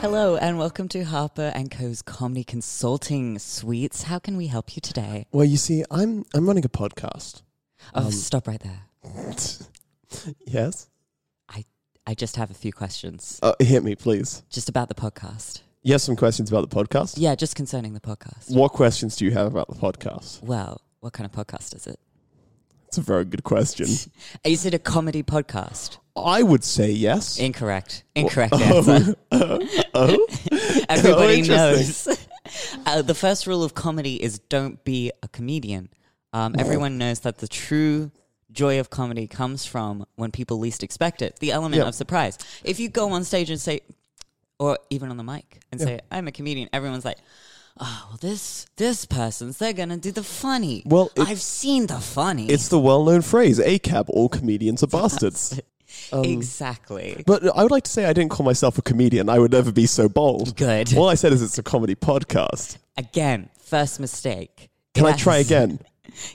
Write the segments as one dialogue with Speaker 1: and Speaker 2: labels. Speaker 1: Hello and welcome to Harper and Co.'s Comedy Consulting Suites. How can we help you today?
Speaker 2: Well, you see, I'm I'm running a podcast.
Speaker 1: Oh, stop right there.
Speaker 2: yes.
Speaker 1: I I just have a few questions
Speaker 2: Uh, hit me, please.
Speaker 1: just about the podcast.
Speaker 2: You have some questions about the podcast.
Speaker 1: Yeah, just concerning the podcast.
Speaker 2: What questions do you have about the podcast?
Speaker 1: Well, what kind of podcast is it?
Speaker 2: It's a very good question.
Speaker 1: Is it a comedy podcast?
Speaker 2: I would say yes.
Speaker 1: Incorrect. Incorrect answer.
Speaker 2: Oh,
Speaker 1: Everybody knows.
Speaker 2: interesting.
Speaker 1: Uh, the first rule of comedy is don't be a comedian.
Speaker 2: Oh.
Speaker 1: Um, everyone knows that the true joy of comedy comes from when people least expect it, the element
Speaker 2: Yeah.
Speaker 1: of surprise. If you go on stage and say, or even on the mic and say, I'm a comedian, everyone's like, oh, well, this, this person's, they're going to do the funny.
Speaker 2: Well, it-
Speaker 1: I've seen the funny.
Speaker 2: It's the well-known phrase, ACAB, all comedians are bastards. Um,
Speaker 1: exactly.
Speaker 2: But I would like to say I didn't call myself a comedian. I would never be so bold.
Speaker 1: Good.
Speaker 2: All I said is it's a comedy podcast.
Speaker 1: Again, first mistake.
Speaker 2: Can I
Speaker 1: Yes.
Speaker 2: try again?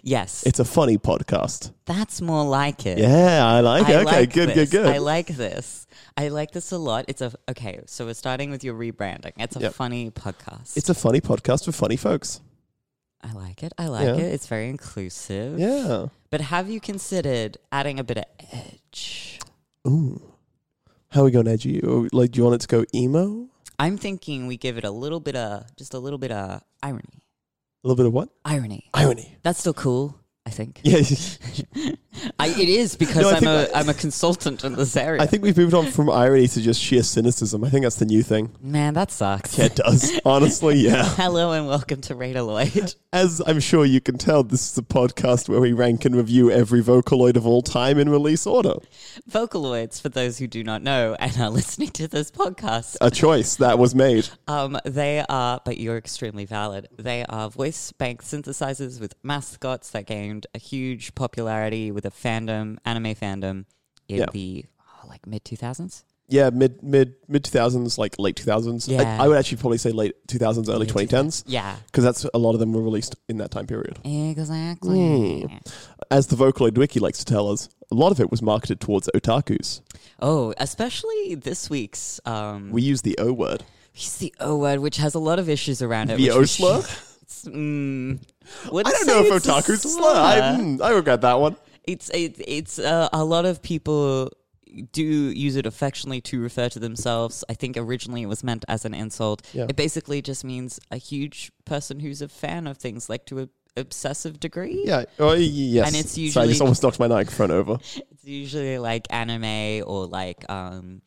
Speaker 1: Yes.
Speaker 2: It's a funny podcast.
Speaker 1: That's more like it.
Speaker 2: Yeah, I like it.
Speaker 1: I
Speaker 2: Okay,
Speaker 1: like
Speaker 2: good,
Speaker 1: this.
Speaker 2: good, good.
Speaker 1: I like this. I like this a lot. It's a okay. So we're starting with your rebranding. It's a
Speaker 2: Yep.
Speaker 1: funny podcast.
Speaker 2: it's a funny podcast for funny folks.
Speaker 1: I like it. I like
Speaker 2: Yeah.
Speaker 1: it. It's very inclusive.
Speaker 2: Yeah.
Speaker 1: But have you considered adding a bit of edge?
Speaker 2: Ooh. How are we going edgy? Or, Like, do you want it to go emo?
Speaker 1: I'm thinking we give it a little bit of just a little bit of irony.
Speaker 2: A little bit of what?
Speaker 1: Irony.
Speaker 2: Irony.
Speaker 1: That's still cool. I think
Speaker 2: Yeah.
Speaker 1: I, it is because
Speaker 2: No, I
Speaker 1: I'm a
Speaker 2: think-
Speaker 1: am a consultant in this area.
Speaker 2: I think we've moved on from irony to just sheer cynicism. I think that's the new thing.
Speaker 1: Man, that sucks.
Speaker 2: Yeah, it does. Honestly, yeah.
Speaker 1: Hello and welcome to Radar Lloyd.
Speaker 2: As I'm sure you can tell, this is a podcast where we rank and review every Vocaloid of all time in release order.
Speaker 1: Vocaloids, for those who do not know and are listening to this podcast,
Speaker 2: A choice that was made.
Speaker 1: um, they are, but you're extremely valid, they are voice bank synthesizers with mascots that gained a huge popularity with a fandom, anime fandom, in
Speaker 2: Yeah.
Speaker 1: the oh, like mid 2000s.
Speaker 2: Yeah, mid mid mid 2000s, like late 2000s. I-
Speaker 1: Yeah.
Speaker 2: I, would actually probably say late 2000s, early 2010s.
Speaker 1: Yeah.
Speaker 2: Because that's a lot of them were released in that time period.
Speaker 1: Exactly.
Speaker 2: Hmm. As the Vocaloid Wiki likes to tell us, a lot of it was marketed towards otakus.
Speaker 1: Oh, especially this week's. Um,
Speaker 2: We use the O word.
Speaker 1: it's the O word, which has a lot of issues around it.
Speaker 2: The
Speaker 1: which
Speaker 2: O
Speaker 1: we
Speaker 2: slur?
Speaker 1: should- It's, mm,
Speaker 2: I don't know if otaku's a slur. I, mm, I regret that one.
Speaker 1: it's it, it's uh, a lot of people do use it affectionately to refer to themselves. I think originally it was meant as an insult.
Speaker 2: Yeah.
Speaker 1: It basically just means a huge person who's a fan of things, like to a obsessive degree.
Speaker 2: Yeah. Oh, y- yes.
Speaker 1: And it's
Speaker 2: Sorry, I
Speaker 1: usually-
Speaker 2: just almost knocked my microphone over.
Speaker 1: It's usually like anime or like um,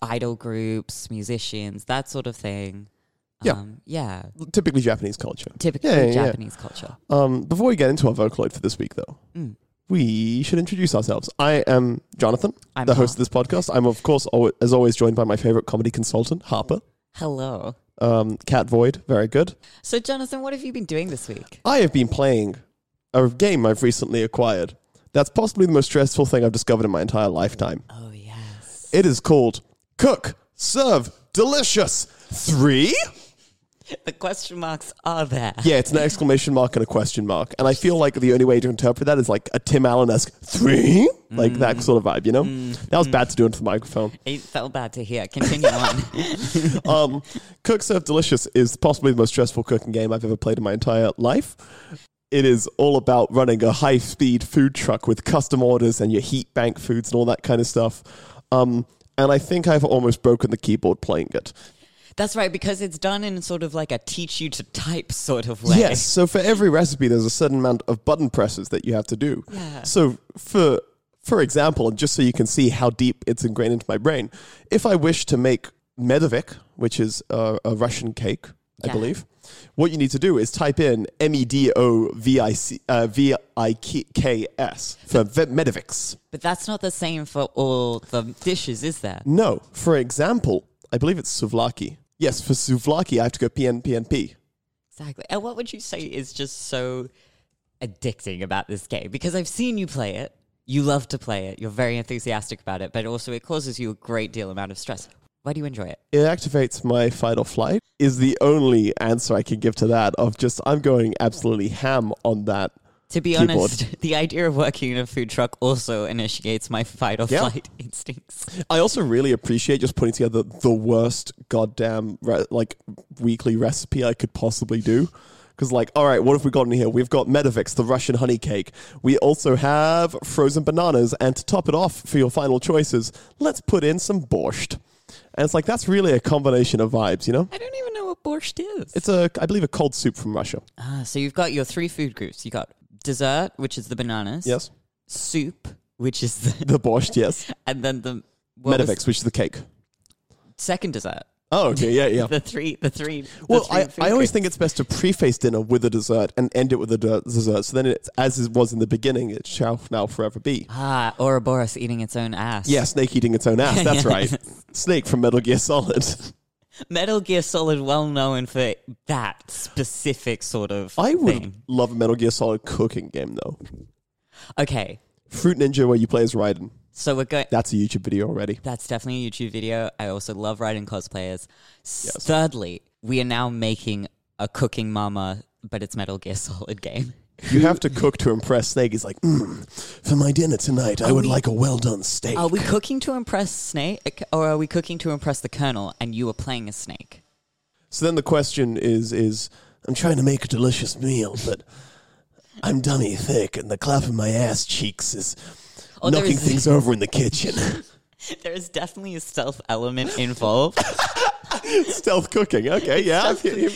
Speaker 1: idol groups, musicians, that sort of thing.
Speaker 2: Yeah.
Speaker 1: Um, yeah.
Speaker 2: Typically Japanese culture.
Speaker 1: Typically
Speaker 2: Yeah, yeah, yeah.
Speaker 1: Japanese culture.
Speaker 2: Um, before we get into our Vocaloid for this week, though,
Speaker 1: Mm.
Speaker 2: we should introduce ourselves. I am Jonathan,
Speaker 1: I'm
Speaker 2: the host of this podcast. I'm, of course, al- as always, joined by my favorite comedy consultant, Harper.
Speaker 1: Hello.
Speaker 2: Um, Cat Void, very good.
Speaker 1: So, Jonathan, what have you been doing this week?
Speaker 2: I have been playing a game I've recently acquired. That's possibly the most stressful thing I've discovered in my entire lifetime.
Speaker 1: Oh, yes.
Speaker 2: It is called Cook, Serve, Delicious. Three?
Speaker 1: The question marks are there.
Speaker 2: Yeah, it's an exclamation mark and a question mark. And I feel like the only way to interpret that is like a Tim Allen esque three? Like that sort of vibe, you know? That was bad to do into the microphone.
Speaker 1: It felt bad to hear. Continue on.
Speaker 2: um, Cook Serve Delicious is possibly the most stressful cooking game I've ever played in my entire life. It is all about running a high speed food truck with custom orders and your heat bank foods and all that kind of stuff. Um, and I think I've almost broken the keyboard playing it.
Speaker 1: That's right, because it's done in sort of like a teach you to type sort of way.
Speaker 2: Yes. So for every recipe, there's a certain amount of button presses that you have to do.
Speaker 1: Yeah.
Speaker 2: So for for example, and just so you can see how deep it's ingrained into my brain, if I wish to make medovik, which is a, a Russian cake, I
Speaker 1: Yeah.
Speaker 2: believe, what you need to do is type in M E D O V I C uh, V I K S for ve- medoviks.
Speaker 1: But that's not the same for all the dishes, is there?
Speaker 2: No. For example, I believe it's souvlaki. Yes, for souvlaki, I have to go P N P N P.
Speaker 1: Exactly. And what would you say is just so addicting about this game? Because I've seen you play it. You love to play it. You're very enthusiastic about it, but also it causes you a great deal amount of stress. Why do you enjoy it?
Speaker 2: it activates my fight or flight is the only answer I can give to that of just I'm going absolutely ham on that.
Speaker 1: To be
Speaker 2: Keyboard.
Speaker 1: honest, the idea of working in a food truck also initiates my fight or
Speaker 2: Yeah.
Speaker 1: flight instincts.
Speaker 2: I also really appreciate just putting together the worst goddamn re- like weekly recipe I could possibly do. Because like, all right, what have we got in here? We've got Medovix, the Russian honey cake. We also have frozen bananas, and to top it off for your final choices, let's put in some borscht. And it's like that's really a combination of vibes, you know.
Speaker 1: I don't even know what borscht is.
Speaker 2: It's a, I believe, a cold soup from Russia.
Speaker 1: ah, so you've got your three food groups. You got dessert, which is the bananas.
Speaker 2: Yes,
Speaker 1: Soup, which is the,
Speaker 2: the borscht. Yes.
Speaker 1: and then the what was-
Speaker 2: Medivix, which is the cake.
Speaker 1: second dessert.
Speaker 2: Oh, okay, yeah, yeah.
Speaker 1: The three, the three. the
Speaker 2: well,
Speaker 1: three
Speaker 2: I,
Speaker 1: food
Speaker 2: I always
Speaker 1: groups.
Speaker 2: think it's best to preface dinner with a dessert and end it with a de- dessert. So then it's as it was in the beginning, it shall now forever be.
Speaker 1: Ah, Ouroboros eating its own ass.
Speaker 2: Yeah, snake eating its own ass. That's right. Snake from Metal Gear Solid.
Speaker 1: Metal Gear Solid, well known for that specific sort of
Speaker 2: I would
Speaker 1: thing.
Speaker 2: love a Metal Gear Solid cooking game though.
Speaker 1: Okay,
Speaker 2: Fruit Ninja, where you play as Raiden.
Speaker 1: so we're going.
Speaker 2: That's a YouTube video already.
Speaker 1: That's definitely a YouTube video. I also love writing cosplayers. Thirdly, we are now making a cooking mama, but it's Metal Gear Solid game.
Speaker 2: You have to cook to impress Snake. He's like, mm, for my dinner tonight, I would like a well done steak.
Speaker 1: Are Oh, we cooking to impress Snake, or are we cooking to impress the Colonel? And you are playing a snake.
Speaker 2: So then the question is is I'm trying to make a delicious meal, but I'm dummy thick and the clap of my ass cheeks is
Speaker 1: Oh, there
Speaker 2: knocking
Speaker 1: is-
Speaker 2: things over in the kitchen.
Speaker 1: There is definitely a stealth element involved.
Speaker 2: Stealth cooking. Okay, yeah.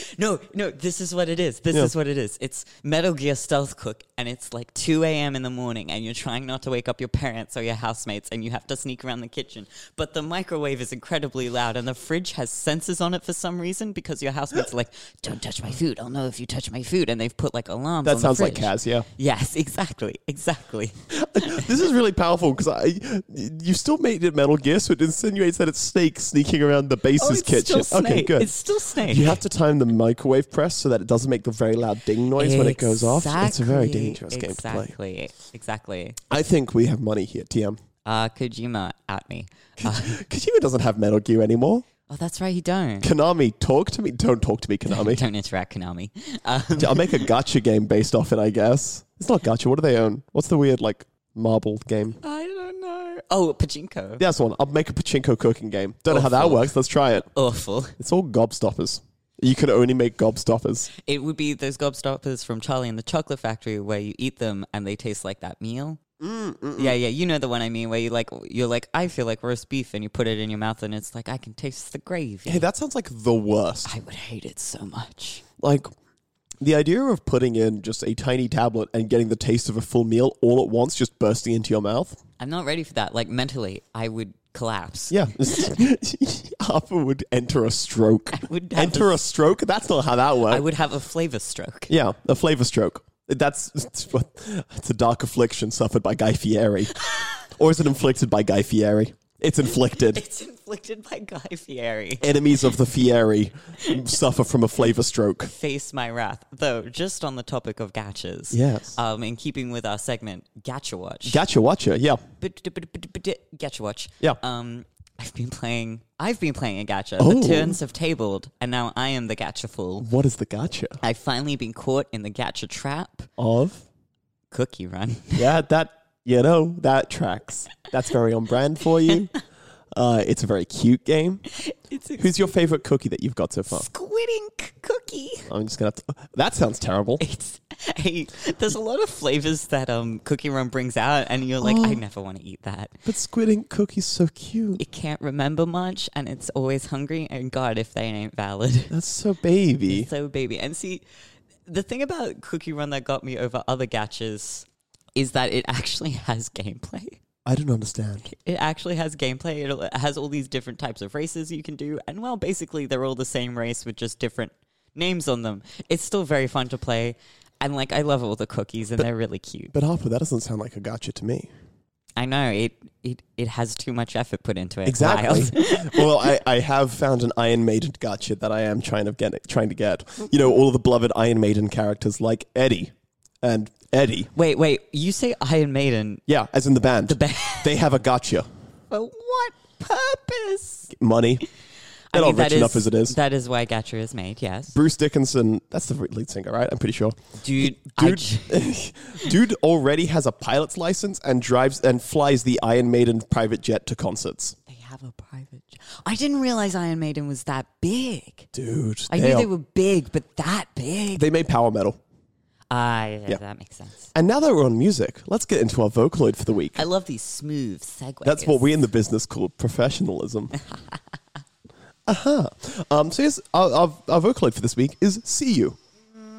Speaker 1: No, no, this is what it is. This
Speaker 2: Yeah.
Speaker 1: is what it is. It's Metal Gear Stealth Cook, and it's like 2 a.m. in the morning, and you're trying not to wake up your parents or your housemates, and you have to sneak around the kitchen. But the microwave is incredibly loud, and the fridge has sensors on it for some reason because your housemates are like, don't touch my food. I'll know if you touch my food. And they've put like alarms on
Speaker 2: That
Speaker 1: the
Speaker 2: sounds like
Speaker 1: fridge.
Speaker 2: Kaz, yeah.
Speaker 1: Yes, exactly. Exactly.
Speaker 2: This is really powerful because I you still made it Metal Gear, so it insinuates that it's Snake sneaking around the base's
Speaker 1: Oh, it's
Speaker 2: kitchen.
Speaker 1: still snake.
Speaker 2: Okay, good.
Speaker 1: It's still snake.
Speaker 2: you have to time the microwave press so that it doesn't make the very loud ding noise when it goes off. It's a very
Speaker 1: Exactly,
Speaker 2: dangerous game to play.
Speaker 1: Exactly. Exactly.
Speaker 2: I think we have money here, TM.
Speaker 1: Uh, Kojima at me. Uh,
Speaker 2: Kojima doesn't have Metal Gear anymore.
Speaker 1: oh, that's right. You don't.
Speaker 2: Konami, talk to me. Don't talk to me, Konami.
Speaker 1: Don't interact, Konami. Um,
Speaker 2: I'll make a gacha game based off it, I guess. It's not gacha. What do they own? What's the weird, like, marble game?
Speaker 1: I don't know. Oh, pachinko.
Speaker 2: That's one. I'll make a pachinko cooking game. Don't know how that
Speaker 1: Awful.
Speaker 2: works. Let's try it.
Speaker 1: Awful.
Speaker 2: It's all gobstoppers. You can only make gobstoppers.
Speaker 1: It would be those gobstoppers from Charlie and the Chocolate Factory where you eat them and they taste like that meal. Yeah, yeah, you know the one I mean, where you like, you're like, I feel like roast beef, and you put it in your mouth, and it's like I can taste the gravy.
Speaker 2: Hey, that sounds like the worst.
Speaker 1: I would hate it so much.
Speaker 2: Like, the idea of putting in just a tiny tablet and getting the taste of a full meal all at once, just bursting into your mouth.
Speaker 1: I'm not ready for that. Like mentally, I would collapse.
Speaker 2: Yeah. Harper would enter a stroke.
Speaker 1: would have
Speaker 2: Enter
Speaker 1: a-
Speaker 2: a stroke? That's not how that works.
Speaker 1: I would have a flavor stroke.
Speaker 2: Yeah, a flavor stroke. That's it's what- it's a dark affliction suffered by Guy Fieri, or is it inflicted by Guy Fieri? It's inflicted.
Speaker 1: It's inflicted by Guy Fieri.
Speaker 2: Enemies of the Fieri suffer from a flavor stroke.
Speaker 1: face my wrath. Though, just on the topic of gachas,
Speaker 2: Yes.
Speaker 1: um, in keeping with our segment, Gacha Watch,
Speaker 2: Gotcha, watcha. Yeah,
Speaker 1: Gacha Watch,
Speaker 2: Yeah.
Speaker 1: Um, I've been playing. I've been playing a gacha.
Speaker 2: Oh.
Speaker 1: The turns have tabled, and now I am the gacha fool.
Speaker 2: what is the gotcha
Speaker 1: I've finally been caught in the gacha trap.
Speaker 2: of?
Speaker 1: Cookie run.
Speaker 2: Yeah, that you know that tracks. That's very on brand for you. Uh, it's a very cute game.
Speaker 1: it's a
Speaker 2: Who's your favorite cookie that you've got so far?
Speaker 1: squidding c- cookie. Eh.
Speaker 2: I'm just gonna. Have to, that sounds terrible.
Speaker 1: It's Hey, there's a lot of flavors that um Cookie Run brings out, and you're like, I never want to eat that.
Speaker 2: But squid ink cookies so cute.
Speaker 1: It can't remember much, and it's always hungry. And God, if they ain't valid.
Speaker 2: That's so baby.
Speaker 1: so baby. And see, the thing about Cookie Run that got me over other gachas is that it actually has gameplay.
Speaker 2: I don't understand.
Speaker 1: It actually has gameplay. It'll- It has all these different types of races you can do, and well, basically they're all the same race with just different names on them. It's still very fun to play, and like I love all the cookies, and they're really cute.
Speaker 2: But Harper, that doesn't sound like a gotcha to me.
Speaker 1: I know it. It it has too much effort put into it. Miles.
Speaker 2: Exactly. well, I, I have found an Iron Maiden gotcha that I am trying to get. Trying to get. You know, all the beloved Iron Maiden characters like Eddie and Eddie.
Speaker 1: Wait, wait. You say Iron Maiden?
Speaker 2: Yeah, as in the band.
Speaker 1: The band.
Speaker 2: They have a gotcha.
Speaker 1: For what purpose?
Speaker 2: Money. They're not rich enough as it is.
Speaker 1: That is why Gatcher is made. Yes,
Speaker 2: Bruce Dickinson, that's the lead singer, right? I'm pretty sure.
Speaker 1: dude. I
Speaker 2: Dude,
Speaker 1: j-
Speaker 2: dude already has a pilot's license and drives and flies the Iron Maiden private jet to concerts.
Speaker 1: they have a private. j- I didn't realize Iron Maiden was that big.
Speaker 2: Dude,
Speaker 1: I
Speaker 2: they,
Speaker 1: knew they
Speaker 2: are-
Speaker 1: were big, but that big.
Speaker 2: they made power metal.
Speaker 1: Ah, yeah,
Speaker 2: Yeah.
Speaker 1: that makes sense.
Speaker 2: And now that we're on music, let's get into our Vocaloid for the week.
Speaker 1: I love these smooth segues.
Speaker 2: That's what we in the business call professionalism. Aha. Um, so here's our, our, our vocaloid for this week is CU.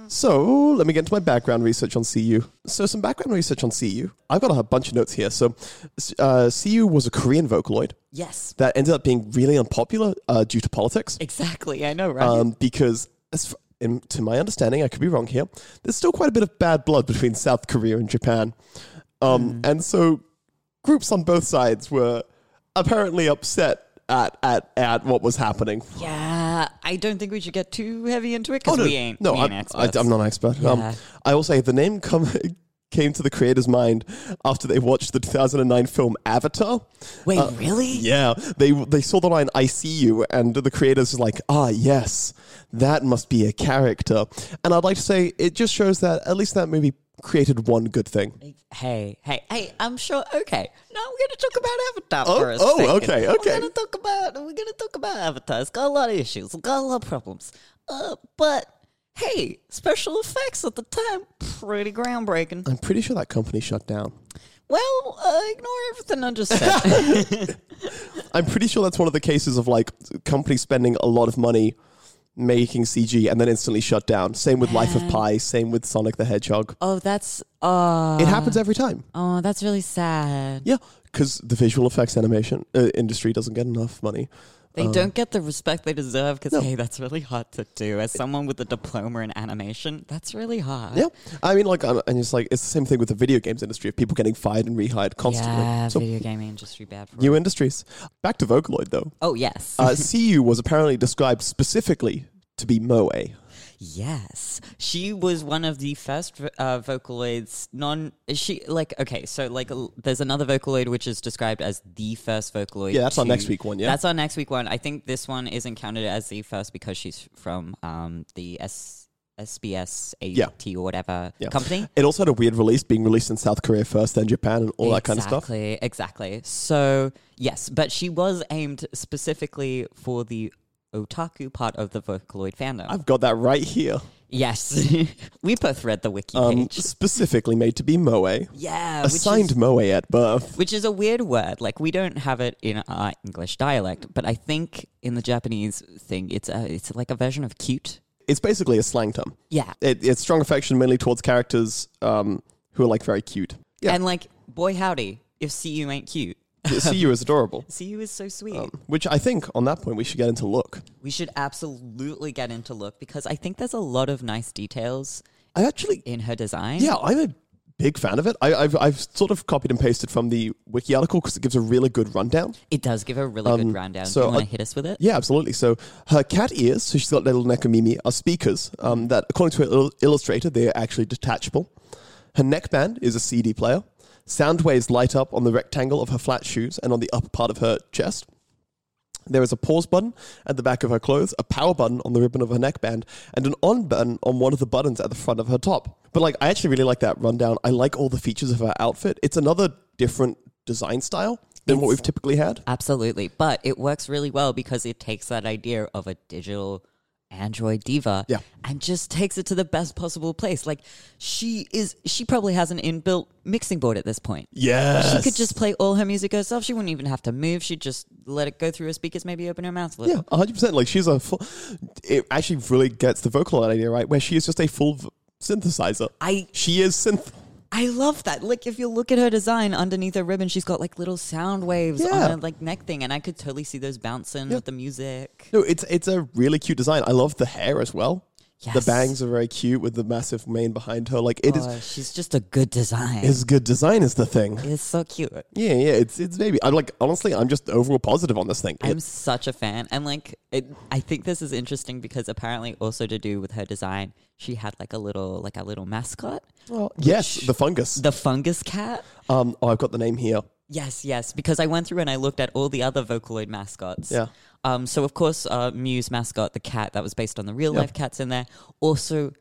Speaker 2: So let me get into my background research on CU. So some background research on CU. I've got a bunch of notes here. So uh, CU was a Korean vocaloid
Speaker 1: Yes,
Speaker 2: that ended up being really unpopular uh, due to politics.
Speaker 1: exactly. I know, right?
Speaker 2: Um, because as f- in, to my understanding, I could be wrong here. There's still quite a bit of bad blood between South Korea and Japan, um,
Speaker 1: Mm.
Speaker 2: and so groups on both sides were apparently upset at at, at what was happening.
Speaker 1: yeah, I don't think we should get too heavy into it because
Speaker 2: Oh, no,
Speaker 1: we ain't.
Speaker 2: no,
Speaker 1: we
Speaker 2: I'm,
Speaker 1: ain't
Speaker 2: I,
Speaker 1: experts.
Speaker 2: I'm not an expert. Um,
Speaker 1: Yeah.
Speaker 2: I will say the name come. Came to the creator's mind after they watched the 2009 film Avatar.
Speaker 1: Wait, really?
Speaker 2: uh, Yeah, they they saw the line "I see you," and the creators was like, "Ah, yes, that must be a character." And I'd like to say it just shows that at least that movie created one good thing.
Speaker 1: Hey, hey, hey, I'm sure. Okay. Now we're going to talk about Avatar
Speaker 2: Oh,
Speaker 1: for a
Speaker 2: oh,
Speaker 1: second.
Speaker 2: okay, okay.
Speaker 1: We're going to talk about, we're going to talk about Avatar. It's got a lot of issues. It's got a lot of problems. Uh, but hey, special effects at the time, pretty groundbreaking.
Speaker 2: I'm pretty sure that company shut down.
Speaker 1: Well, uh, ignore everything I just said.
Speaker 2: I'm pretty sure that's one of the cases of like companies spending a lot of money making CG and then instantly shut down. Same with Life of Pi. Same with Sonic the Hedgehog.
Speaker 1: oh, that's, uh,
Speaker 2: It happens every time.
Speaker 1: oh, that's really sad.
Speaker 2: Yeah, because the visual effects animation uh, industry doesn't get enough money. Oh.
Speaker 1: They don't get the respect they deserve because, hey, that's really hard to do. As someone with a diploma in animation, that's really hard.
Speaker 2: Yeah, I mean, like, I'm, and it's like it's the same thing with the video games industry of people getting fired and rehired constantly.
Speaker 1: Yeah,
Speaker 2: so
Speaker 1: video game industry bad for it.
Speaker 2: new industries. Back to Vocaloid though.
Speaker 1: Oh, yes.
Speaker 2: Uh, CU was apparently described specifically to be moe.
Speaker 1: Yes, she was one of the first uh, Vocaloids. Non, she like okay, so like l- there's another Vocaloid which is described as the first Vocaloid.
Speaker 2: Yeah, that's our
Speaker 1: to-
Speaker 2: next week one, yeah?
Speaker 1: that's our next week one. I think this one isn't counted as the first because she's from um the S SBS AT or whatever
Speaker 2: Yeah.
Speaker 1: company.
Speaker 2: It also had a weird release, being released in South Korea first, then Japan, and all that kind of stuff.
Speaker 1: Exactly, exactly. So yes, but she was aimed specifically for the otaku part of the Vocaloid fandom.
Speaker 2: I've got that right here.
Speaker 1: yes, we both read the wiki
Speaker 2: Um,
Speaker 1: page.
Speaker 2: specifically made to be moe.
Speaker 1: Yeah, Uh, which is-
Speaker 2: Assigned moe at birth.
Speaker 1: which is a weird word. Like we don't have it in our English dialect, but I think in the Japanese thing, it's a, it's like a version of cute.
Speaker 2: It's basically a slang term.
Speaker 1: Yeah.
Speaker 2: It, it's strong affection mainly towards characters um, who are like very cute. Yeah,
Speaker 1: And like, boy howdy, if CU ain't cute,
Speaker 2: CU is adorable.
Speaker 1: CU is so sweet.
Speaker 2: Which I think on that point we should get into look.
Speaker 1: we should absolutely get into look because I think there's a lot of nice details
Speaker 2: I actually,
Speaker 1: in her design.
Speaker 2: yeah, I'm a big fan of it. I, I've, I've sort of copied and pasted from the wiki article because it gives a really good rundown.
Speaker 1: It does give a really good rundown.
Speaker 2: Um, so
Speaker 1: Do you want
Speaker 2: I-
Speaker 1: to hit us with it?
Speaker 2: Yeah, absolutely. So her cat ears, so she's got little Nekomimi, are speakers um, that, according to her il- illustrator, they are actually detachable. Her neckband is a CD player. Sound waves light up on the rectangle of her flat shoes and on the upper part of her chest. There is a pause button at the back of her clothes, a power button on the ribbon of her neckband, and an on button on one of the buttons at the front of her top. But like, I actually really like that rundown. I like all the features of her outfit. It's another different design style than what we've typically had.
Speaker 1: Absolutely. But it works really well because it takes that idea of a digital android diva
Speaker 2: Yeah.
Speaker 1: and just takes it to the best possible place like she is she probably has an inbuilt mixing board at this point
Speaker 2: Yes.
Speaker 1: she could just play all her music herself she wouldn't even have to move she'd just let it go through her speakers maybe open her mouth a little
Speaker 2: Yeah, 100%. Like, she's a full. It actually really gets the vocal idea right, where she is just a full v- synthesizer.
Speaker 1: I-
Speaker 2: She is synth.
Speaker 1: I love that. Like, if you look at her design underneath her ribbon, she's got like little sound waves
Speaker 2: Yeah.
Speaker 1: on her like neck thing, and I could totally see those bouncing with the music.
Speaker 2: No, it's it's a really cute design. I love the hair as well. The
Speaker 1: Yes.
Speaker 2: bangs are very cute with the massive mane behind her. Like, it is.
Speaker 1: Oh, she's just a good design. It's,
Speaker 2: Is good design is the thing.
Speaker 1: so cute.
Speaker 2: Yeah, yeah, it's it's maybe. I'm like honestly, I'm just overall positive on this thing.
Speaker 1: I'm such a fan, and like, it, I think this is interesting because apparently, also to do with her design, she had like a little, like a little mascot,
Speaker 2: Well, yes, the fungus.
Speaker 1: the fungus cat.
Speaker 2: um, oh, I've got the name here.
Speaker 1: Yes, yes, because I went through and I looked at all the other Vocaloid mascots.
Speaker 2: Yeah.
Speaker 1: Um, so of course, uh, Muse mascot, the cat that was based on the real life cats in there. Also,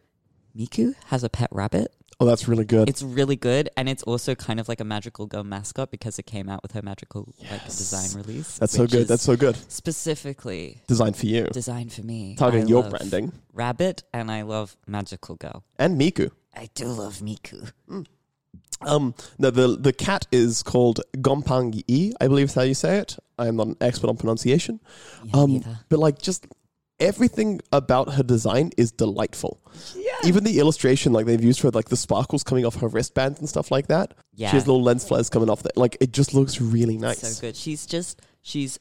Speaker 1: Miku has a pet rabbit.
Speaker 2: Oh, that's really good.
Speaker 1: It's really good, and it's also kind of like a magical girl mascot because it came out with her magical like design release.
Speaker 2: that's so
Speaker 1: which
Speaker 2: good.
Speaker 1: is
Speaker 2: That's so good.
Speaker 1: specifically
Speaker 2: Designed for you
Speaker 1: designed for me.
Speaker 2: Targeting
Speaker 1: I
Speaker 2: your
Speaker 1: love
Speaker 2: branding.
Speaker 1: rabbit, and I love magical girl.
Speaker 2: and Miku.
Speaker 1: I do love Miku.
Speaker 2: Um, no, the the cat is called Gompangi, E, I believe is how you say it. I am not an expert on pronunciation. um, but like just everything about her design is delightful. Yeah. Even the illustration, like they've used for like the sparkles coming off her wristbands and stuff like that.
Speaker 1: Yeah.
Speaker 2: She has little lens flares coming off. The, like it just looks really nice.
Speaker 1: So good. She's just she's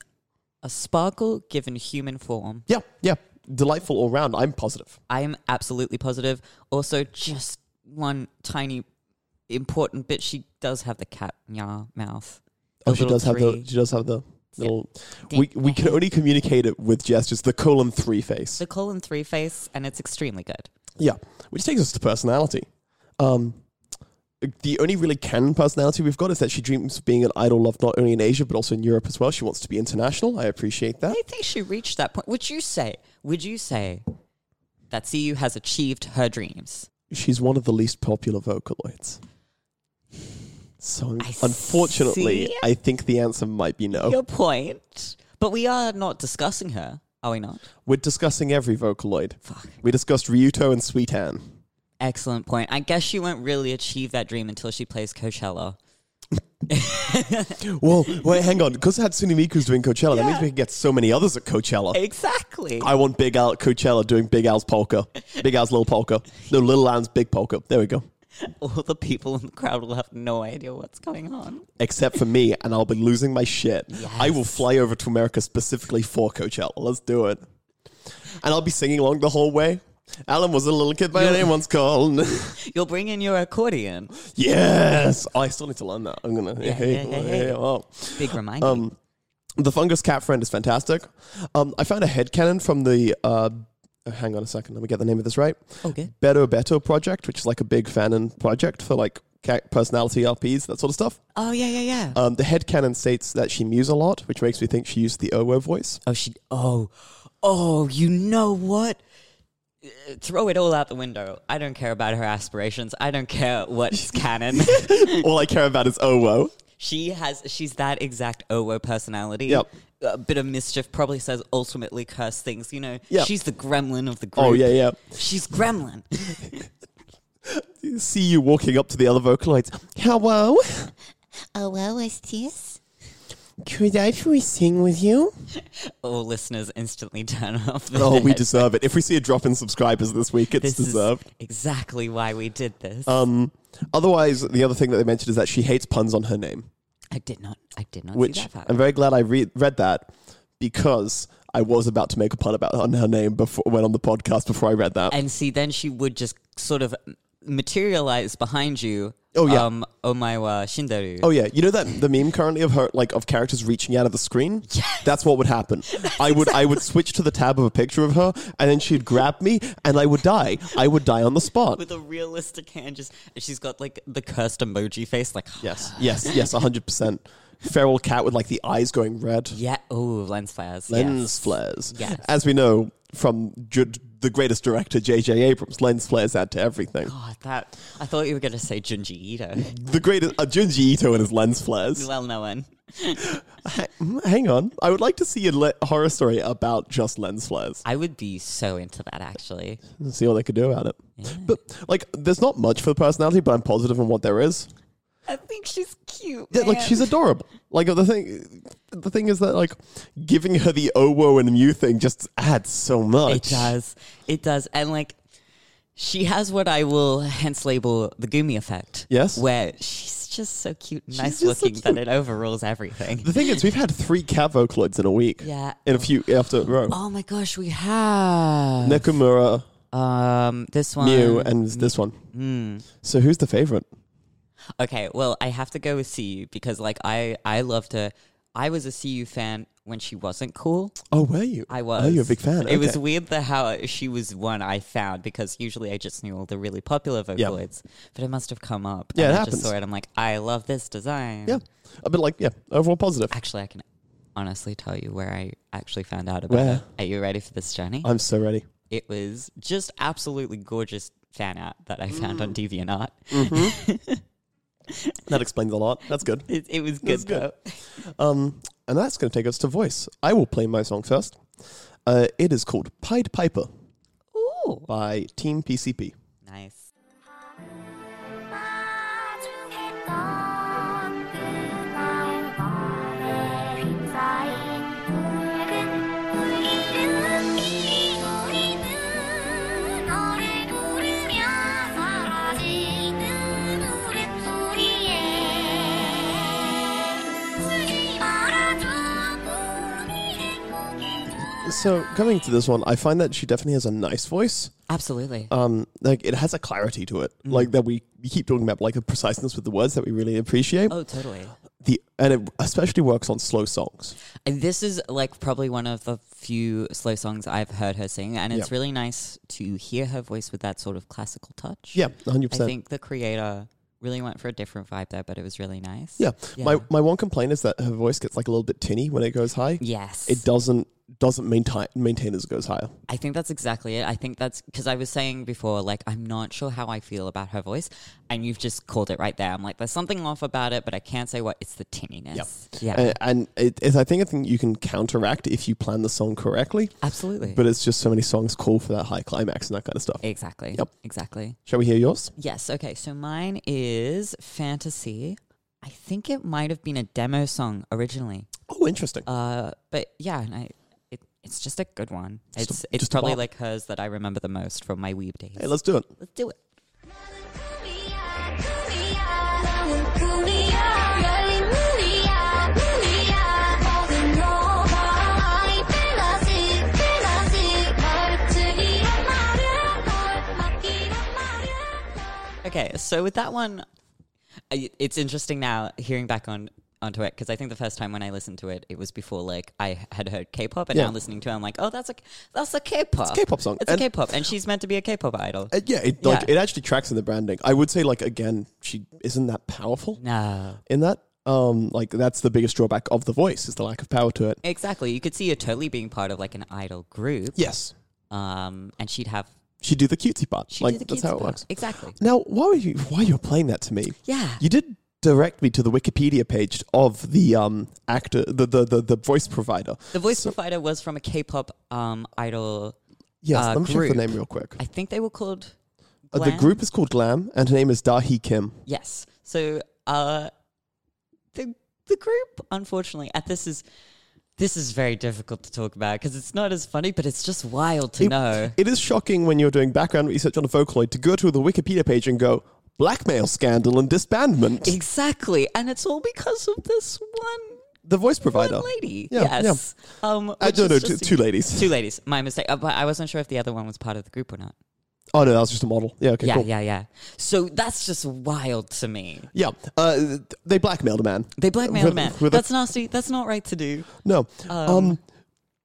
Speaker 1: a sparkle given human form.
Speaker 2: Yeah, yeah, delightful all round. I'm positive.
Speaker 1: I am absolutely positive. Also, just one tiny important bit. She does have the cat meow mouth.
Speaker 2: Oh,
Speaker 1: The
Speaker 2: she
Speaker 1: little
Speaker 2: does have the
Speaker 1: three.
Speaker 2: she does have the little.
Speaker 1: Ding.
Speaker 2: We we can only communicate it with gestures. The colon three face.
Speaker 1: the colon three face, and it's extremely good.
Speaker 2: Yeah, which takes us to personality. Um, the only really canon personality we've got is that she dreams of being an idol loved not only in Asia but also in Europe as well. She wants to be international. I appreciate that.
Speaker 1: I think she reached that point. Would you say? Would you say that CU has achieved her dreams?
Speaker 2: She's one of the least popular Vocaloids. So
Speaker 1: I
Speaker 2: unfortunately,
Speaker 1: see.
Speaker 2: I think the answer might be no.
Speaker 1: Your point. But we are not discussing her, are we not?
Speaker 2: We're discussing every Vocaloid. We discussed Ryuto and Sweet Anne.
Speaker 1: Excellent point. I guess she won't really achieve that dream until she plays Coachella.
Speaker 2: Well, wait, hang on. Because Hatsune Miku's doing Coachella, that means we can get so many others at Coachella.
Speaker 1: Exactly.
Speaker 2: I want Big Al at Coachella doing Big Al's polka. Big Al's little polka. No, Little Al's big polka. There we go.
Speaker 1: All the people in the crowd will have no idea what's going on.
Speaker 2: Except for me, and I'll be losing my shit. I will fly over to America specifically for Coachella. Let's do it. And I'll be singing along the whole way. Alan was a little kid by anyone's call.
Speaker 1: You'll bring in your accordion.
Speaker 2: yes! Oh, I still need to learn that. I'm gonna.
Speaker 1: Yeah, yeah, yeah, yeah.
Speaker 2: well.
Speaker 1: Big reminder.
Speaker 2: The fungus cat friend is fantastic. Um, I found a headcanon from the. Uh, hang on a second. Let me get the name of this right.
Speaker 1: Okay.
Speaker 2: Beto Beto project, which is like a big fanon project for like cat personality RPs, that sort of stuff.
Speaker 1: oh yeah, yeah, yeah.
Speaker 2: Um, the headcanon states that she mews a lot, which makes me think she used the Owo voice.
Speaker 1: oh, she. Oh, oh. You know what? Uh, Throw it all out the window. I don't care about her aspirations. I don't care what's canon.
Speaker 2: All I care about is Owo.
Speaker 1: she has. She's that exact Owo personality.
Speaker 2: Yep.
Speaker 1: A bit of mischief probably says ultimately curse things. You know.
Speaker 2: Yep.
Speaker 1: She's the gremlin of the group.
Speaker 2: Oh, yeah, yeah.
Speaker 1: She's gremlin.
Speaker 2: See you walking up to the other Vocaloids. Hello.
Speaker 3: Oh, well, is this?
Speaker 2: Could I please sing with you?
Speaker 1: all listeners instantly turn off. The
Speaker 2: Oh, we deserve it. If we see a drop in subscribers this week, it's
Speaker 1: This is
Speaker 2: deserved. Um,
Speaker 1: exactly why we did this.
Speaker 2: Otherwise, the other thing that they mentioned is that she hates puns on her name.
Speaker 1: I did not. I did not. see
Speaker 2: which
Speaker 1: that part.
Speaker 2: I'm very glad I re- read that because I was about to make a pun about on her name before when on the podcast before I read that.
Speaker 1: and see then she would just sort of materialize behind you
Speaker 2: Oh, yeah.
Speaker 1: um omaiwa shindaru
Speaker 2: oh yeah, you know that the meme currently of her like of characters reaching out of the screen. That's what would happen. I would I would switch to the tab of a picture of her, and then she'd grab me, and I would die. I would die on the spot.
Speaker 1: with a realistic hand just she's got like the cursed emoji face like
Speaker 2: Yes, yes, yes, hundred percent. Feral cat with like the eyes going red.
Speaker 1: yeah oh lens flares
Speaker 2: lens
Speaker 1: yes.
Speaker 2: flares.
Speaker 1: Yes.
Speaker 2: As we know from ju- the greatest director J.J. Abrams, lens flares add to everything.
Speaker 1: God, Oh, that i thought you were going to say junji ito
Speaker 2: The greatest uh, Junji Ito and his lens flares.
Speaker 1: well known
Speaker 2: Ha- mm, Hang on. I would like to see a le- horror story about just lens flares
Speaker 1: I would be so into that actually.
Speaker 2: and see what they could do about it. But, like, there's not much for the personality, but I'm positive on what there is.
Speaker 1: I think she's cute.
Speaker 2: Yeah, like she's adorable. Like the thing, the thing is that like giving her the Owo and Mew thing just adds so much.
Speaker 1: It does. It does. And like she has what I will hence label the Gumi effect.
Speaker 2: Yes.
Speaker 1: Where she's just so cute and nice
Speaker 2: just so
Speaker 1: looking that it overrules everything.
Speaker 2: The thing is, we've had three cat vocaloids in a week.
Speaker 1: Yeah.
Speaker 2: in a few after a row.
Speaker 1: Oh my gosh, we have
Speaker 2: Nekomura,
Speaker 1: um this one.
Speaker 2: Mew, and this one.
Speaker 1: Mm.
Speaker 2: So who's the favorite?
Speaker 1: Okay, well, I have to go with CU because like I I loved her. I was a CU fan when she wasn't cool.
Speaker 2: Oh, were you?
Speaker 1: I was.
Speaker 2: Oh, you're a big fan.
Speaker 1: It was
Speaker 2: Okay.
Speaker 1: weird the how she was one I found because usually I just knew all the really popular vocaloids, but it must have come up.
Speaker 2: Yeah,
Speaker 1: and
Speaker 2: it
Speaker 1: I just saw
Speaker 2: happens.
Speaker 1: it. I'm like, I love this design.
Speaker 2: Yeah, a bit like yeah. Overall positive.
Speaker 1: Actually, I can honestly tell you where I actually found out about
Speaker 2: Where?
Speaker 1: it. Are you ready for this journey?
Speaker 2: I'm so ready.
Speaker 1: it was just absolutely gorgeous fan art that I found on
Speaker 2: Mm.
Speaker 1: DeviantArt.
Speaker 2: That explains a lot. That's good.
Speaker 1: It, it was good.
Speaker 2: That's good. Um, and that's going to take us to voice. I will play my song first. Uh, it is called Pied Piper
Speaker 1: though. Ooh,
Speaker 2: by Team PCP.
Speaker 1: nice.
Speaker 4: 마주했던 그날 밤의 휩싸인 붉은 우리는 이 우리는 너를 부르며 사라지는 울음소리에 쓰지 말아줘 우리 행복해져
Speaker 2: So coming to this one, I find that she definitely has a nice voice.
Speaker 1: Absolutely.
Speaker 2: Um, like it has a clarity to it,
Speaker 1: Mm.
Speaker 2: like that we, we keep talking about, like the preciseness with the words that we really appreciate.
Speaker 1: oh, totally.
Speaker 2: The and it especially works on slow songs.
Speaker 1: And This is like probably one of the few slow songs I've heard her sing, and it's
Speaker 2: Yeah.
Speaker 1: really nice to hear her voice with that sort of classical touch.
Speaker 2: Yeah, hundred
Speaker 1: I
Speaker 2: percent.
Speaker 1: think the creator really went for a different vibe there, but it was really nice.
Speaker 2: Yeah. My
Speaker 1: Yeah.
Speaker 2: my one complaint is that her voice gets like a little bit tinny when it goes high.
Speaker 1: Yes.
Speaker 2: It doesn't doesn't maintain maintain as it goes higher.
Speaker 1: I think that's exactly it. I think that's because I was saying before, like, I'm not sure how I feel about her voice, and you've just called it right there. I'm like, there's something off about it, but I can't say what. It's the tinniness. Yeah.
Speaker 2: And, and it, it's I think I think you can counteract if you plan the song correctly.
Speaker 1: Absolutely.
Speaker 2: But it's just so many songs call for that high climax and that kind of stuff.
Speaker 1: exactly.
Speaker 2: Yep.
Speaker 1: Exactly.
Speaker 2: Shall we hear yours?
Speaker 1: Yes. Okay. So mine is Fantasy. I think it might have been a demo song originally.
Speaker 2: Oh, interesting.
Speaker 1: Uh, but yeah, and I, it, it's just a good one.
Speaker 2: Just a-
Speaker 1: it's it's
Speaker 2: just a
Speaker 1: probably
Speaker 2: bop.
Speaker 1: like hers that I remember the most from my weeb days.
Speaker 2: hey, let's do it.
Speaker 1: let's do it.
Speaker 4: 꿈이야 꿈이야 나는 꿈이야 열린 문이야 문이야 모든 너와 나의 fantasy fantasy 널 즐기란 말야 널 맡기란 말야
Speaker 1: Okay, so with that one, I, it's interesting now hearing back on onto it because I think the first time when I listened to it, it was before like I had heard K-pop, and
Speaker 2: Yeah.
Speaker 1: now listening to it, I'm like, oh, that's a that's a K-pop,
Speaker 2: It's a K-pop song,
Speaker 1: it's
Speaker 2: and-
Speaker 1: a K-pop, and she's meant to be a K-pop idol.
Speaker 2: Uh, yeah, it like
Speaker 1: Yeah.
Speaker 2: it actually tracks in the branding. I would say like again, she isn't that powerful
Speaker 1: no,
Speaker 2: in that. Um, like that's the biggest drawback of the voice is the lack of power to it.
Speaker 1: exactly. You could see her totally being part of like an idol group.
Speaker 2: Yes,
Speaker 1: Um, and she'd have
Speaker 2: she do the cutesy part.
Speaker 1: she'd
Speaker 2: like
Speaker 1: do the
Speaker 2: that's
Speaker 1: kids
Speaker 2: how it
Speaker 1: part.
Speaker 2: works.
Speaker 1: exactly.
Speaker 2: Now, why were you why you were playing that to me?
Speaker 1: Yeah.
Speaker 2: you did direct me to the Wikipedia page of the um actor, the the the, the voice provider.
Speaker 1: The voice provider was from a K-pop um, idol.
Speaker 2: Yes,
Speaker 1: uh,
Speaker 2: let me check
Speaker 1: group.
Speaker 2: the name real quick.
Speaker 1: I think they were called.
Speaker 2: Uh, the
Speaker 1: Glam?
Speaker 2: group is called Glam, and her name is Dahi Kim.
Speaker 1: Yes. So uh, the the group, unfortunately, at this is this is very difficult to talk about because it's not as funny, but it's just wild to
Speaker 2: It-
Speaker 1: know.
Speaker 2: It is shocking when you're doing background research on a Vocaloid to go to the Wikipedia page and go blackmail scandal and disbandment.
Speaker 1: Exactly, and it's all because of this one
Speaker 2: the voice
Speaker 1: one
Speaker 2: provider.
Speaker 1: lady.
Speaker 2: Yeah, Uh, yeah.
Speaker 1: yes. Um,
Speaker 2: I
Speaker 1: which
Speaker 2: don't
Speaker 1: is
Speaker 2: know,
Speaker 1: just-
Speaker 2: two ladies.
Speaker 1: Two ladies. My mistake. Uh, but I wasn't sure if the other one was part of the group or not.
Speaker 2: Oh no, that was just a model. Yeah, okay,
Speaker 1: yeah,
Speaker 2: cool.
Speaker 1: yeah, yeah. So that's just wild to me.
Speaker 2: Yeah, uh, th- they blackmailed a man.
Speaker 1: They blackmailed
Speaker 2: With-
Speaker 1: a man.
Speaker 2: with a-
Speaker 1: That's nasty. That's not right to do.
Speaker 2: No. Um,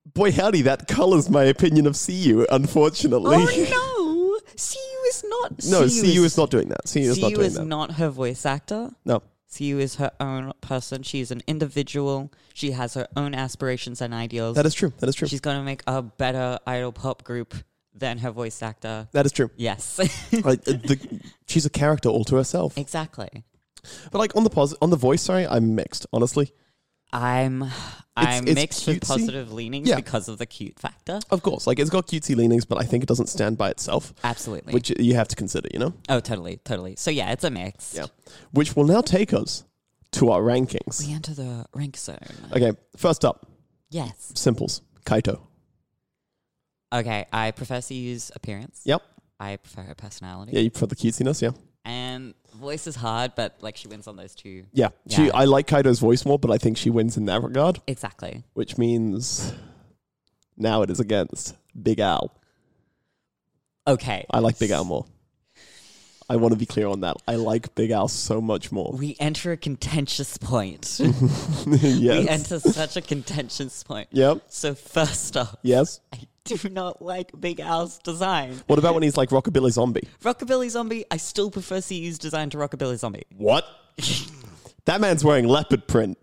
Speaker 2: boy, howdy, that colors my opinion of CU, unfortunately.
Speaker 1: Oh no! CU is not.
Speaker 2: no, CU is not doing that. CU is not
Speaker 1: CU
Speaker 2: doing
Speaker 1: is
Speaker 2: that.
Speaker 1: not her voice actor.
Speaker 2: no.
Speaker 1: CU is her own person. She is an individual. She has her own aspirations and ideals.
Speaker 2: That is true. That is true.
Speaker 1: She's going to make a better idol pop group than her voice actor.
Speaker 2: that is true.
Speaker 1: Yes.
Speaker 2: Like, uh, the, she's a character all to herself.
Speaker 1: exactly.
Speaker 2: But like on the pos- on the voice, sorry, I'm mixed, honestly.
Speaker 1: I'm I'm
Speaker 2: it's
Speaker 1: mixed with
Speaker 2: cutesy.
Speaker 1: positive leanings
Speaker 2: Yeah.
Speaker 1: because of the cute factor.
Speaker 2: Of course, like it's got cutesy leanings, but I think it doesn't stand by itself.
Speaker 1: Absolutely.
Speaker 2: Which you have to consider, you know?
Speaker 1: Oh, totally, totally. So yeah, it's a mix.
Speaker 2: Yeah. Which will now take us to our rankings.
Speaker 1: We enter the rank zone.
Speaker 2: Okay, first up,
Speaker 1: Yes.
Speaker 2: simples. Kaito.
Speaker 1: Okay, I prefer to use appearance.
Speaker 2: Yep.
Speaker 1: I prefer her personality.
Speaker 2: Yeah, you prefer the cutesiness, yeah.
Speaker 1: And voice is hard, but like she wins on those two.
Speaker 2: Yeah. She
Speaker 1: Yeah.
Speaker 2: I like Kaido's voice more, but I think she wins in that regard.
Speaker 1: Exactly.
Speaker 2: Which means now it is against Big Al.
Speaker 1: Okay.
Speaker 2: I like Big Al more. I want to be clear on that. I like Big Al so much more.
Speaker 1: we enter a contentious point.
Speaker 2: yes.
Speaker 1: We enter such a contentious point.
Speaker 2: Yep.
Speaker 1: So first up,
Speaker 2: yes.
Speaker 1: I do not like Big Al's design.
Speaker 2: What about when he's like Rockabilly Zombie?
Speaker 1: Rockabilly Zombie, I still prefer CU's design to Rockabilly Zombie.
Speaker 2: What? that man's wearing leopard print.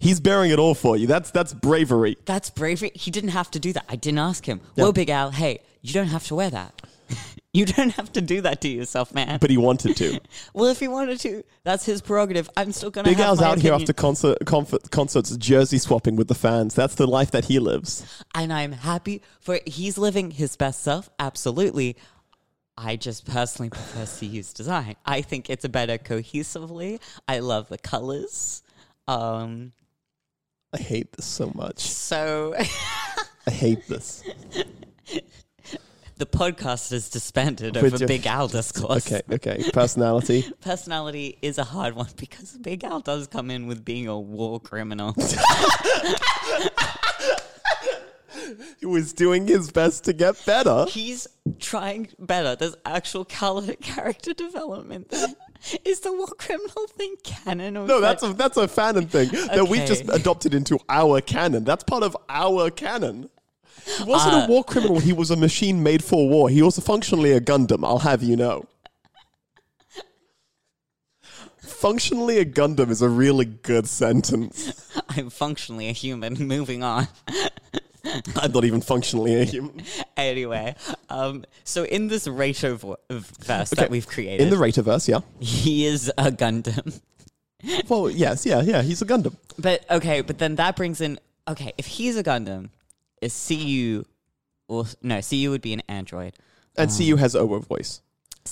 Speaker 2: He's bearing it all for you. That's that's bravery.
Speaker 1: That's bravery. He didn't have to do that. I didn't ask him.
Speaker 2: Yeah.
Speaker 1: Whoa, Big Al, hey, you don't have to wear that. you don't have to do that to yourself, man.
Speaker 2: But he wanted to.
Speaker 1: well, if he wanted to, that's his prerogative. I'm still gonna.
Speaker 2: Big
Speaker 1: have
Speaker 2: Al's
Speaker 1: my
Speaker 2: out here
Speaker 1: opinion.
Speaker 2: after concert, conf- concerts, jersey swapping with the fans. That's the life that he lives.
Speaker 1: and I'm happy for he's living his best self. Absolutely. I just personally prefer CU's design. I think it's better cohesively. I love the colors. Um,
Speaker 2: I hate this so much.
Speaker 1: so
Speaker 2: I hate this.
Speaker 1: the podcast is disbanded
Speaker 2: With
Speaker 1: over
Speaker 2: your-
Speaker 1: Big Al discourse.
Speaker 2: Okay, okay. Personality.
Speaker 1: Personality is a hard one because Big Al does come in with being a war criminal.
Speaker 2: he was doing his best to get better.
Speaker 1: He's trying better. There's actual color character development. there. Is the war criminal thing canon? Or
Speaker 2: No,
Speaker 1: is
Speaker 2: that's
Speaker 1: that-
Speaker 2: a that's a fanon thing that we just
Speaker 1: Okay.
Speaker 2: adopted into our canon. That's part of our canon. He wasn't a war criminal. He was a machine made for war. He was functionally a Gundam. I'll have you know. Functionally a Gundam is a really good sentence.
Speaker 1: I'm functionally a human. Moving on.
Speaker 2: I'm not even functionally a human.
Speaker 1: Anyway, um, so in this ratio vo- of verse that we've created,
Speaker 2: In the Raterverse, yeah.
Speaker 1: he is a Gundam.
Speaker 2: Well, yes, yeah, yeah. He's a Gundam.
Speaker 1: But okay, but then that brings in okay. If he's a Gundam, is CU or no? CU would be an android.
Speaker 2: And CU has Owo voice.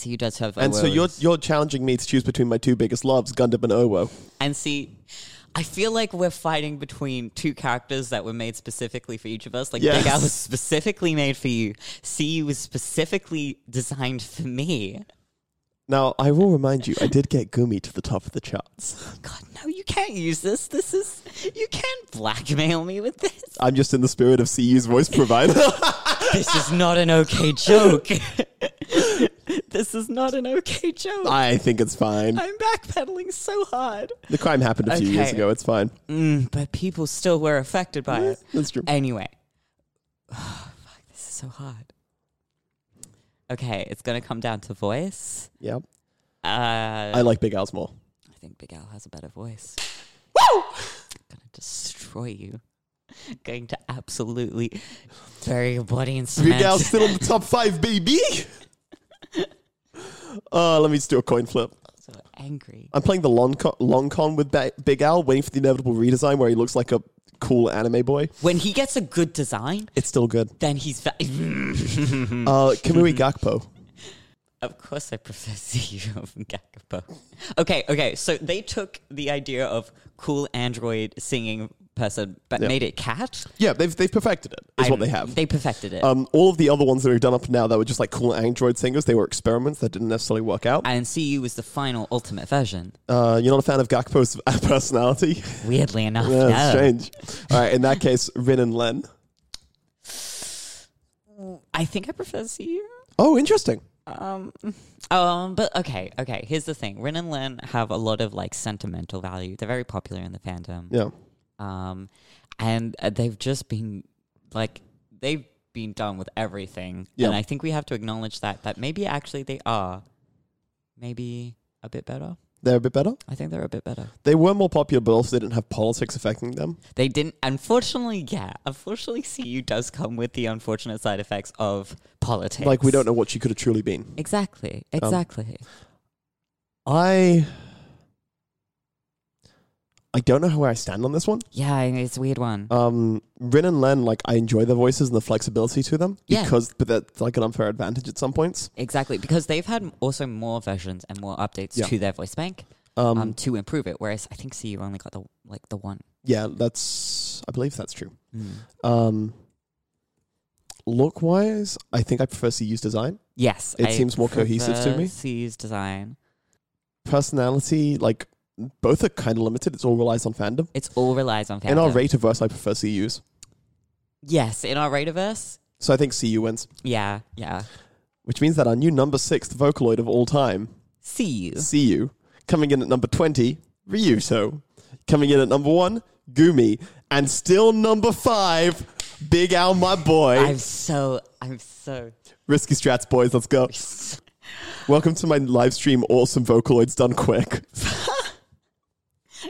Speaker 1: CU does have
Speaker 2: And so
Speaker 1: Owo's.
Speaker 2: you're you're challenging me to choose between my two biggest loves, Gundam and Owo.
Speaker 1: and see. I feel like we're fighting between two characters that were made specifically for each of us. Like
Speaker 2: Yes.
Speaker 1: Big Al was specifically made for you. CU was specifically designed for me.
Speaker 2: Now, I will remind you, I did get Gumi to the top of the charts.
Speaker 1: God, no, you can't use this. This is you can't blackmail me with this.
Speaker 2: I'm just in the spirit of CU's voice provider.
Speaker 1: this is not an okay joke. this is not an okay joke.
Speaker 2: I think it's fine.
Speaker 1: I'm backpedaling so hard.
Speaker 2: The crime happened a few years
Speaker 1: Okay.
Speaker 2: ago. It's fine.
Speaker 1: Mm, but people still were affected by it.
Speaker 2: That's true.
Speaker 1: Anyway. Oh, fuck, this is so hard. Okay, it's going to come down to voice.
Speaker 2: Yeah.
Speaker 1: Uh,
Speaker 2: I like Big Al's more.
Speaker 1: I think Big Al has a better voice.
Speaker 2: Woo!
Speaker 1: Gonna destroy you. Going to absolutely bury your body in
Speaker 2: Big
Speaker 1: cement.
Speaker 2: Al's still in the top five, baby. Uh, let me just do a coin flip.
Speaker 1: so angry.
Speaker 2: I'm playing the long con, long con with ba- Big Al, waiting for the inevitable redesign where he looks like a cool anime boy.
Speaker 1: When he gets a good design,
Speaker 2: It's still good.
Speaker 1: then he's. Va-
Speaker 2: Uh, Kamui
Speaker 1: Mm-hmm.
Speaker 2: Gakpo.
Speaker 1: Of course, I prefer CEO of Gakpo. Okay, okay. So they took the idea of cool android singing person, but
Speaker 2: Yeah.
Speaker 1: made it cat.
Speaker 2: Yeah, they've, they've perfected it, is what
Speaker 1: I'm-
Speaker 2: they have.
Speaker 1: They perfected it.
Speaker 2: Um, all of the other ones that we've done up to now that were just like cool Android singers, they were experiments that didn't necessarily work out.
Speaker 1: and CU was the final ultimate version.
Speaker 2: Uh, you're not a fan of Gakpo's personality?
Speaker 1: Weirdly enough,
Speaker 2: yeah, it's
Speaker 1: no.
Speaker 2: strange. All right, in that case, Rin and Len.
Speaker 1: I think I prefer CU.
Speaker 2: Oh, interesting.
Speaker 1: Um, but okay, okay. Here's the thing: Rin and Len have a lot of like sentimental value. They're very popular in the fandom.
Speaker 2: Yeah.
Speaker 1: um, and uh, they've just been like they've been done with everything,
Speaker 2: Yeah.
Speaker 1: and I think we have to acknowledge that that maybe actually they are maybe a bit better.
Speaker 2: They're a bit better.
Speaker 1: I think they're a bit better.
Speaker 2: They were more popular, but also they didn't have politics affecting them.
Speaker 1: They didn't, unfortunately. Yeah, unfortunately, CU does come with the unfortunate side effects of politics.
Speaker 2: Like, we don't know Um, what she could have truly been.
Speaker 1: exactly, exactly.
Speaker 2: I. I don't know where I stand on this one.
Speaker 1: Yeah, it's a weird one.
Speaker 2: Um, Rin and Len, like I enjoy their voices and the flexibility to them
Speaker 1: Yeah.
Speaker 2: because, but that's like an unfair advantage at some points.
Speaker 1: Exactly, because they've had also more versions and more updates
Speaker 2: Yeah.
Speaker 1: to their voice bank um, to improve it. Whereas I think CU only got the like the one.
Speaker 2: Yeah, that's I believe that's true. Um, look wise, I think I prefer CU's design.
Speaker 1: Yes,
Speaker 2: It seems more cohesive to
Speaker 1: prefer
Speaker 2: me.
Speaker 1: CU's design.
Speaker 2: Personality, like both are kind of limited. It's all relies on fandom.
Speaker 1: It's all relies on fandom.
Speaker 2: In our Rataverse, I prefer CU's,
Speaker 1: yes, in our Raidiverse,
Speaker 2: so I think CU wins.
Speaker 1: yeah, yeah,
Speaker 2: Which means that our new number sixth vocaloid of all time,
Speaker 1: CU.
Speaker 2: CU, coming in at number twenty, Ryuto, coming in at number one, Gumi, and still number five, Big Al, my boy.
Speaker 1: I'm so, I'm so.
Speaker 2: Risky strats, boys. Let's go. Welcome to my live stream. Awesome Vocaloids done quick.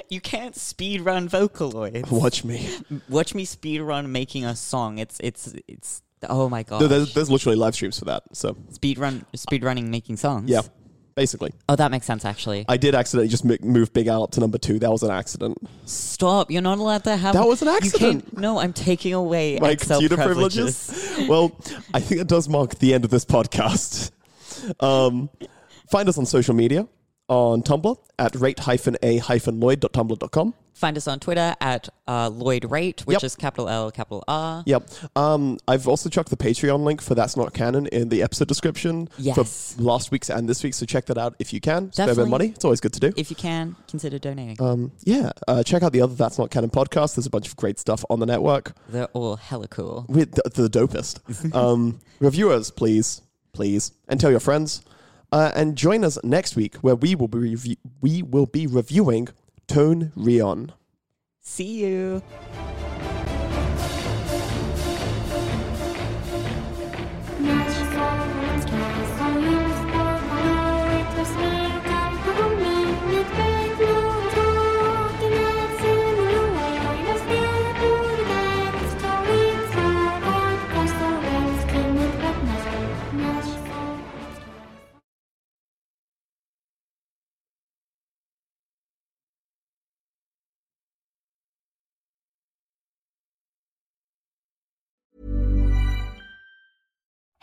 Speaker 1: You can't speed run Vocaloid.
Speaker 2: Watch me.
Speaker 1: Watch me speed run making a song. It's, it's, it's. Oh my god.
Speaker 2: No, there's, there's literally live streams for that. So
Speaker 1: speed run, speed running making songs.
Speaker 2: yeah, basically,
Speaker 1: Oh, that makes sense actually.
Speaker 2: I did accidentally just m- move Big Al up to number two. That was an accident.
Speaker 1: Stop! You're not allowed to have.
Speaker 2: That was an
Speaker 1: You
Speaker 2: accident.
Speaker 1: can't- No, I'm taking away
Speaker 2: My
Speaker 1: Excel
Speaker 2: computer
Speaker 1: privileges.
Speaker 2: privileges. well, I think that does mark the end of this podcast. Um, find us on social media on Tumblr at rate a lloyd.tumblr.com.
Speaker 1: Find us on Twitter at uh, Lloyd Rate, which
Speaker 2: Yep.
Speaker 1: is capital L, capital R.
Speaker 2: Yep. Um, I've also chucked the Patreon link for That's Not Canon in the episode description
Speaker 1: Yes.
Speaker 2: for last week's and this week's. So check that out if you can. Spare a bit of
Speaker 1: Definitely.
Speaker 2: money. It's always good to do.
Speaker 1: If you can, consider donating.
Speaker 2: um, yeah. Uh, check out the other That's Not Canon podcast. There's a bunch of great stuff on the network.
Speaker 1: They're all hella cool.
Speaker 2: We're the, the dopest. um, reviewers, please. Please. And tell your friends. Uh, and join us next week where we will be review- we will be reviewing Tone Rion.
Speaker 1: See you.
Speaker 4: Thank you.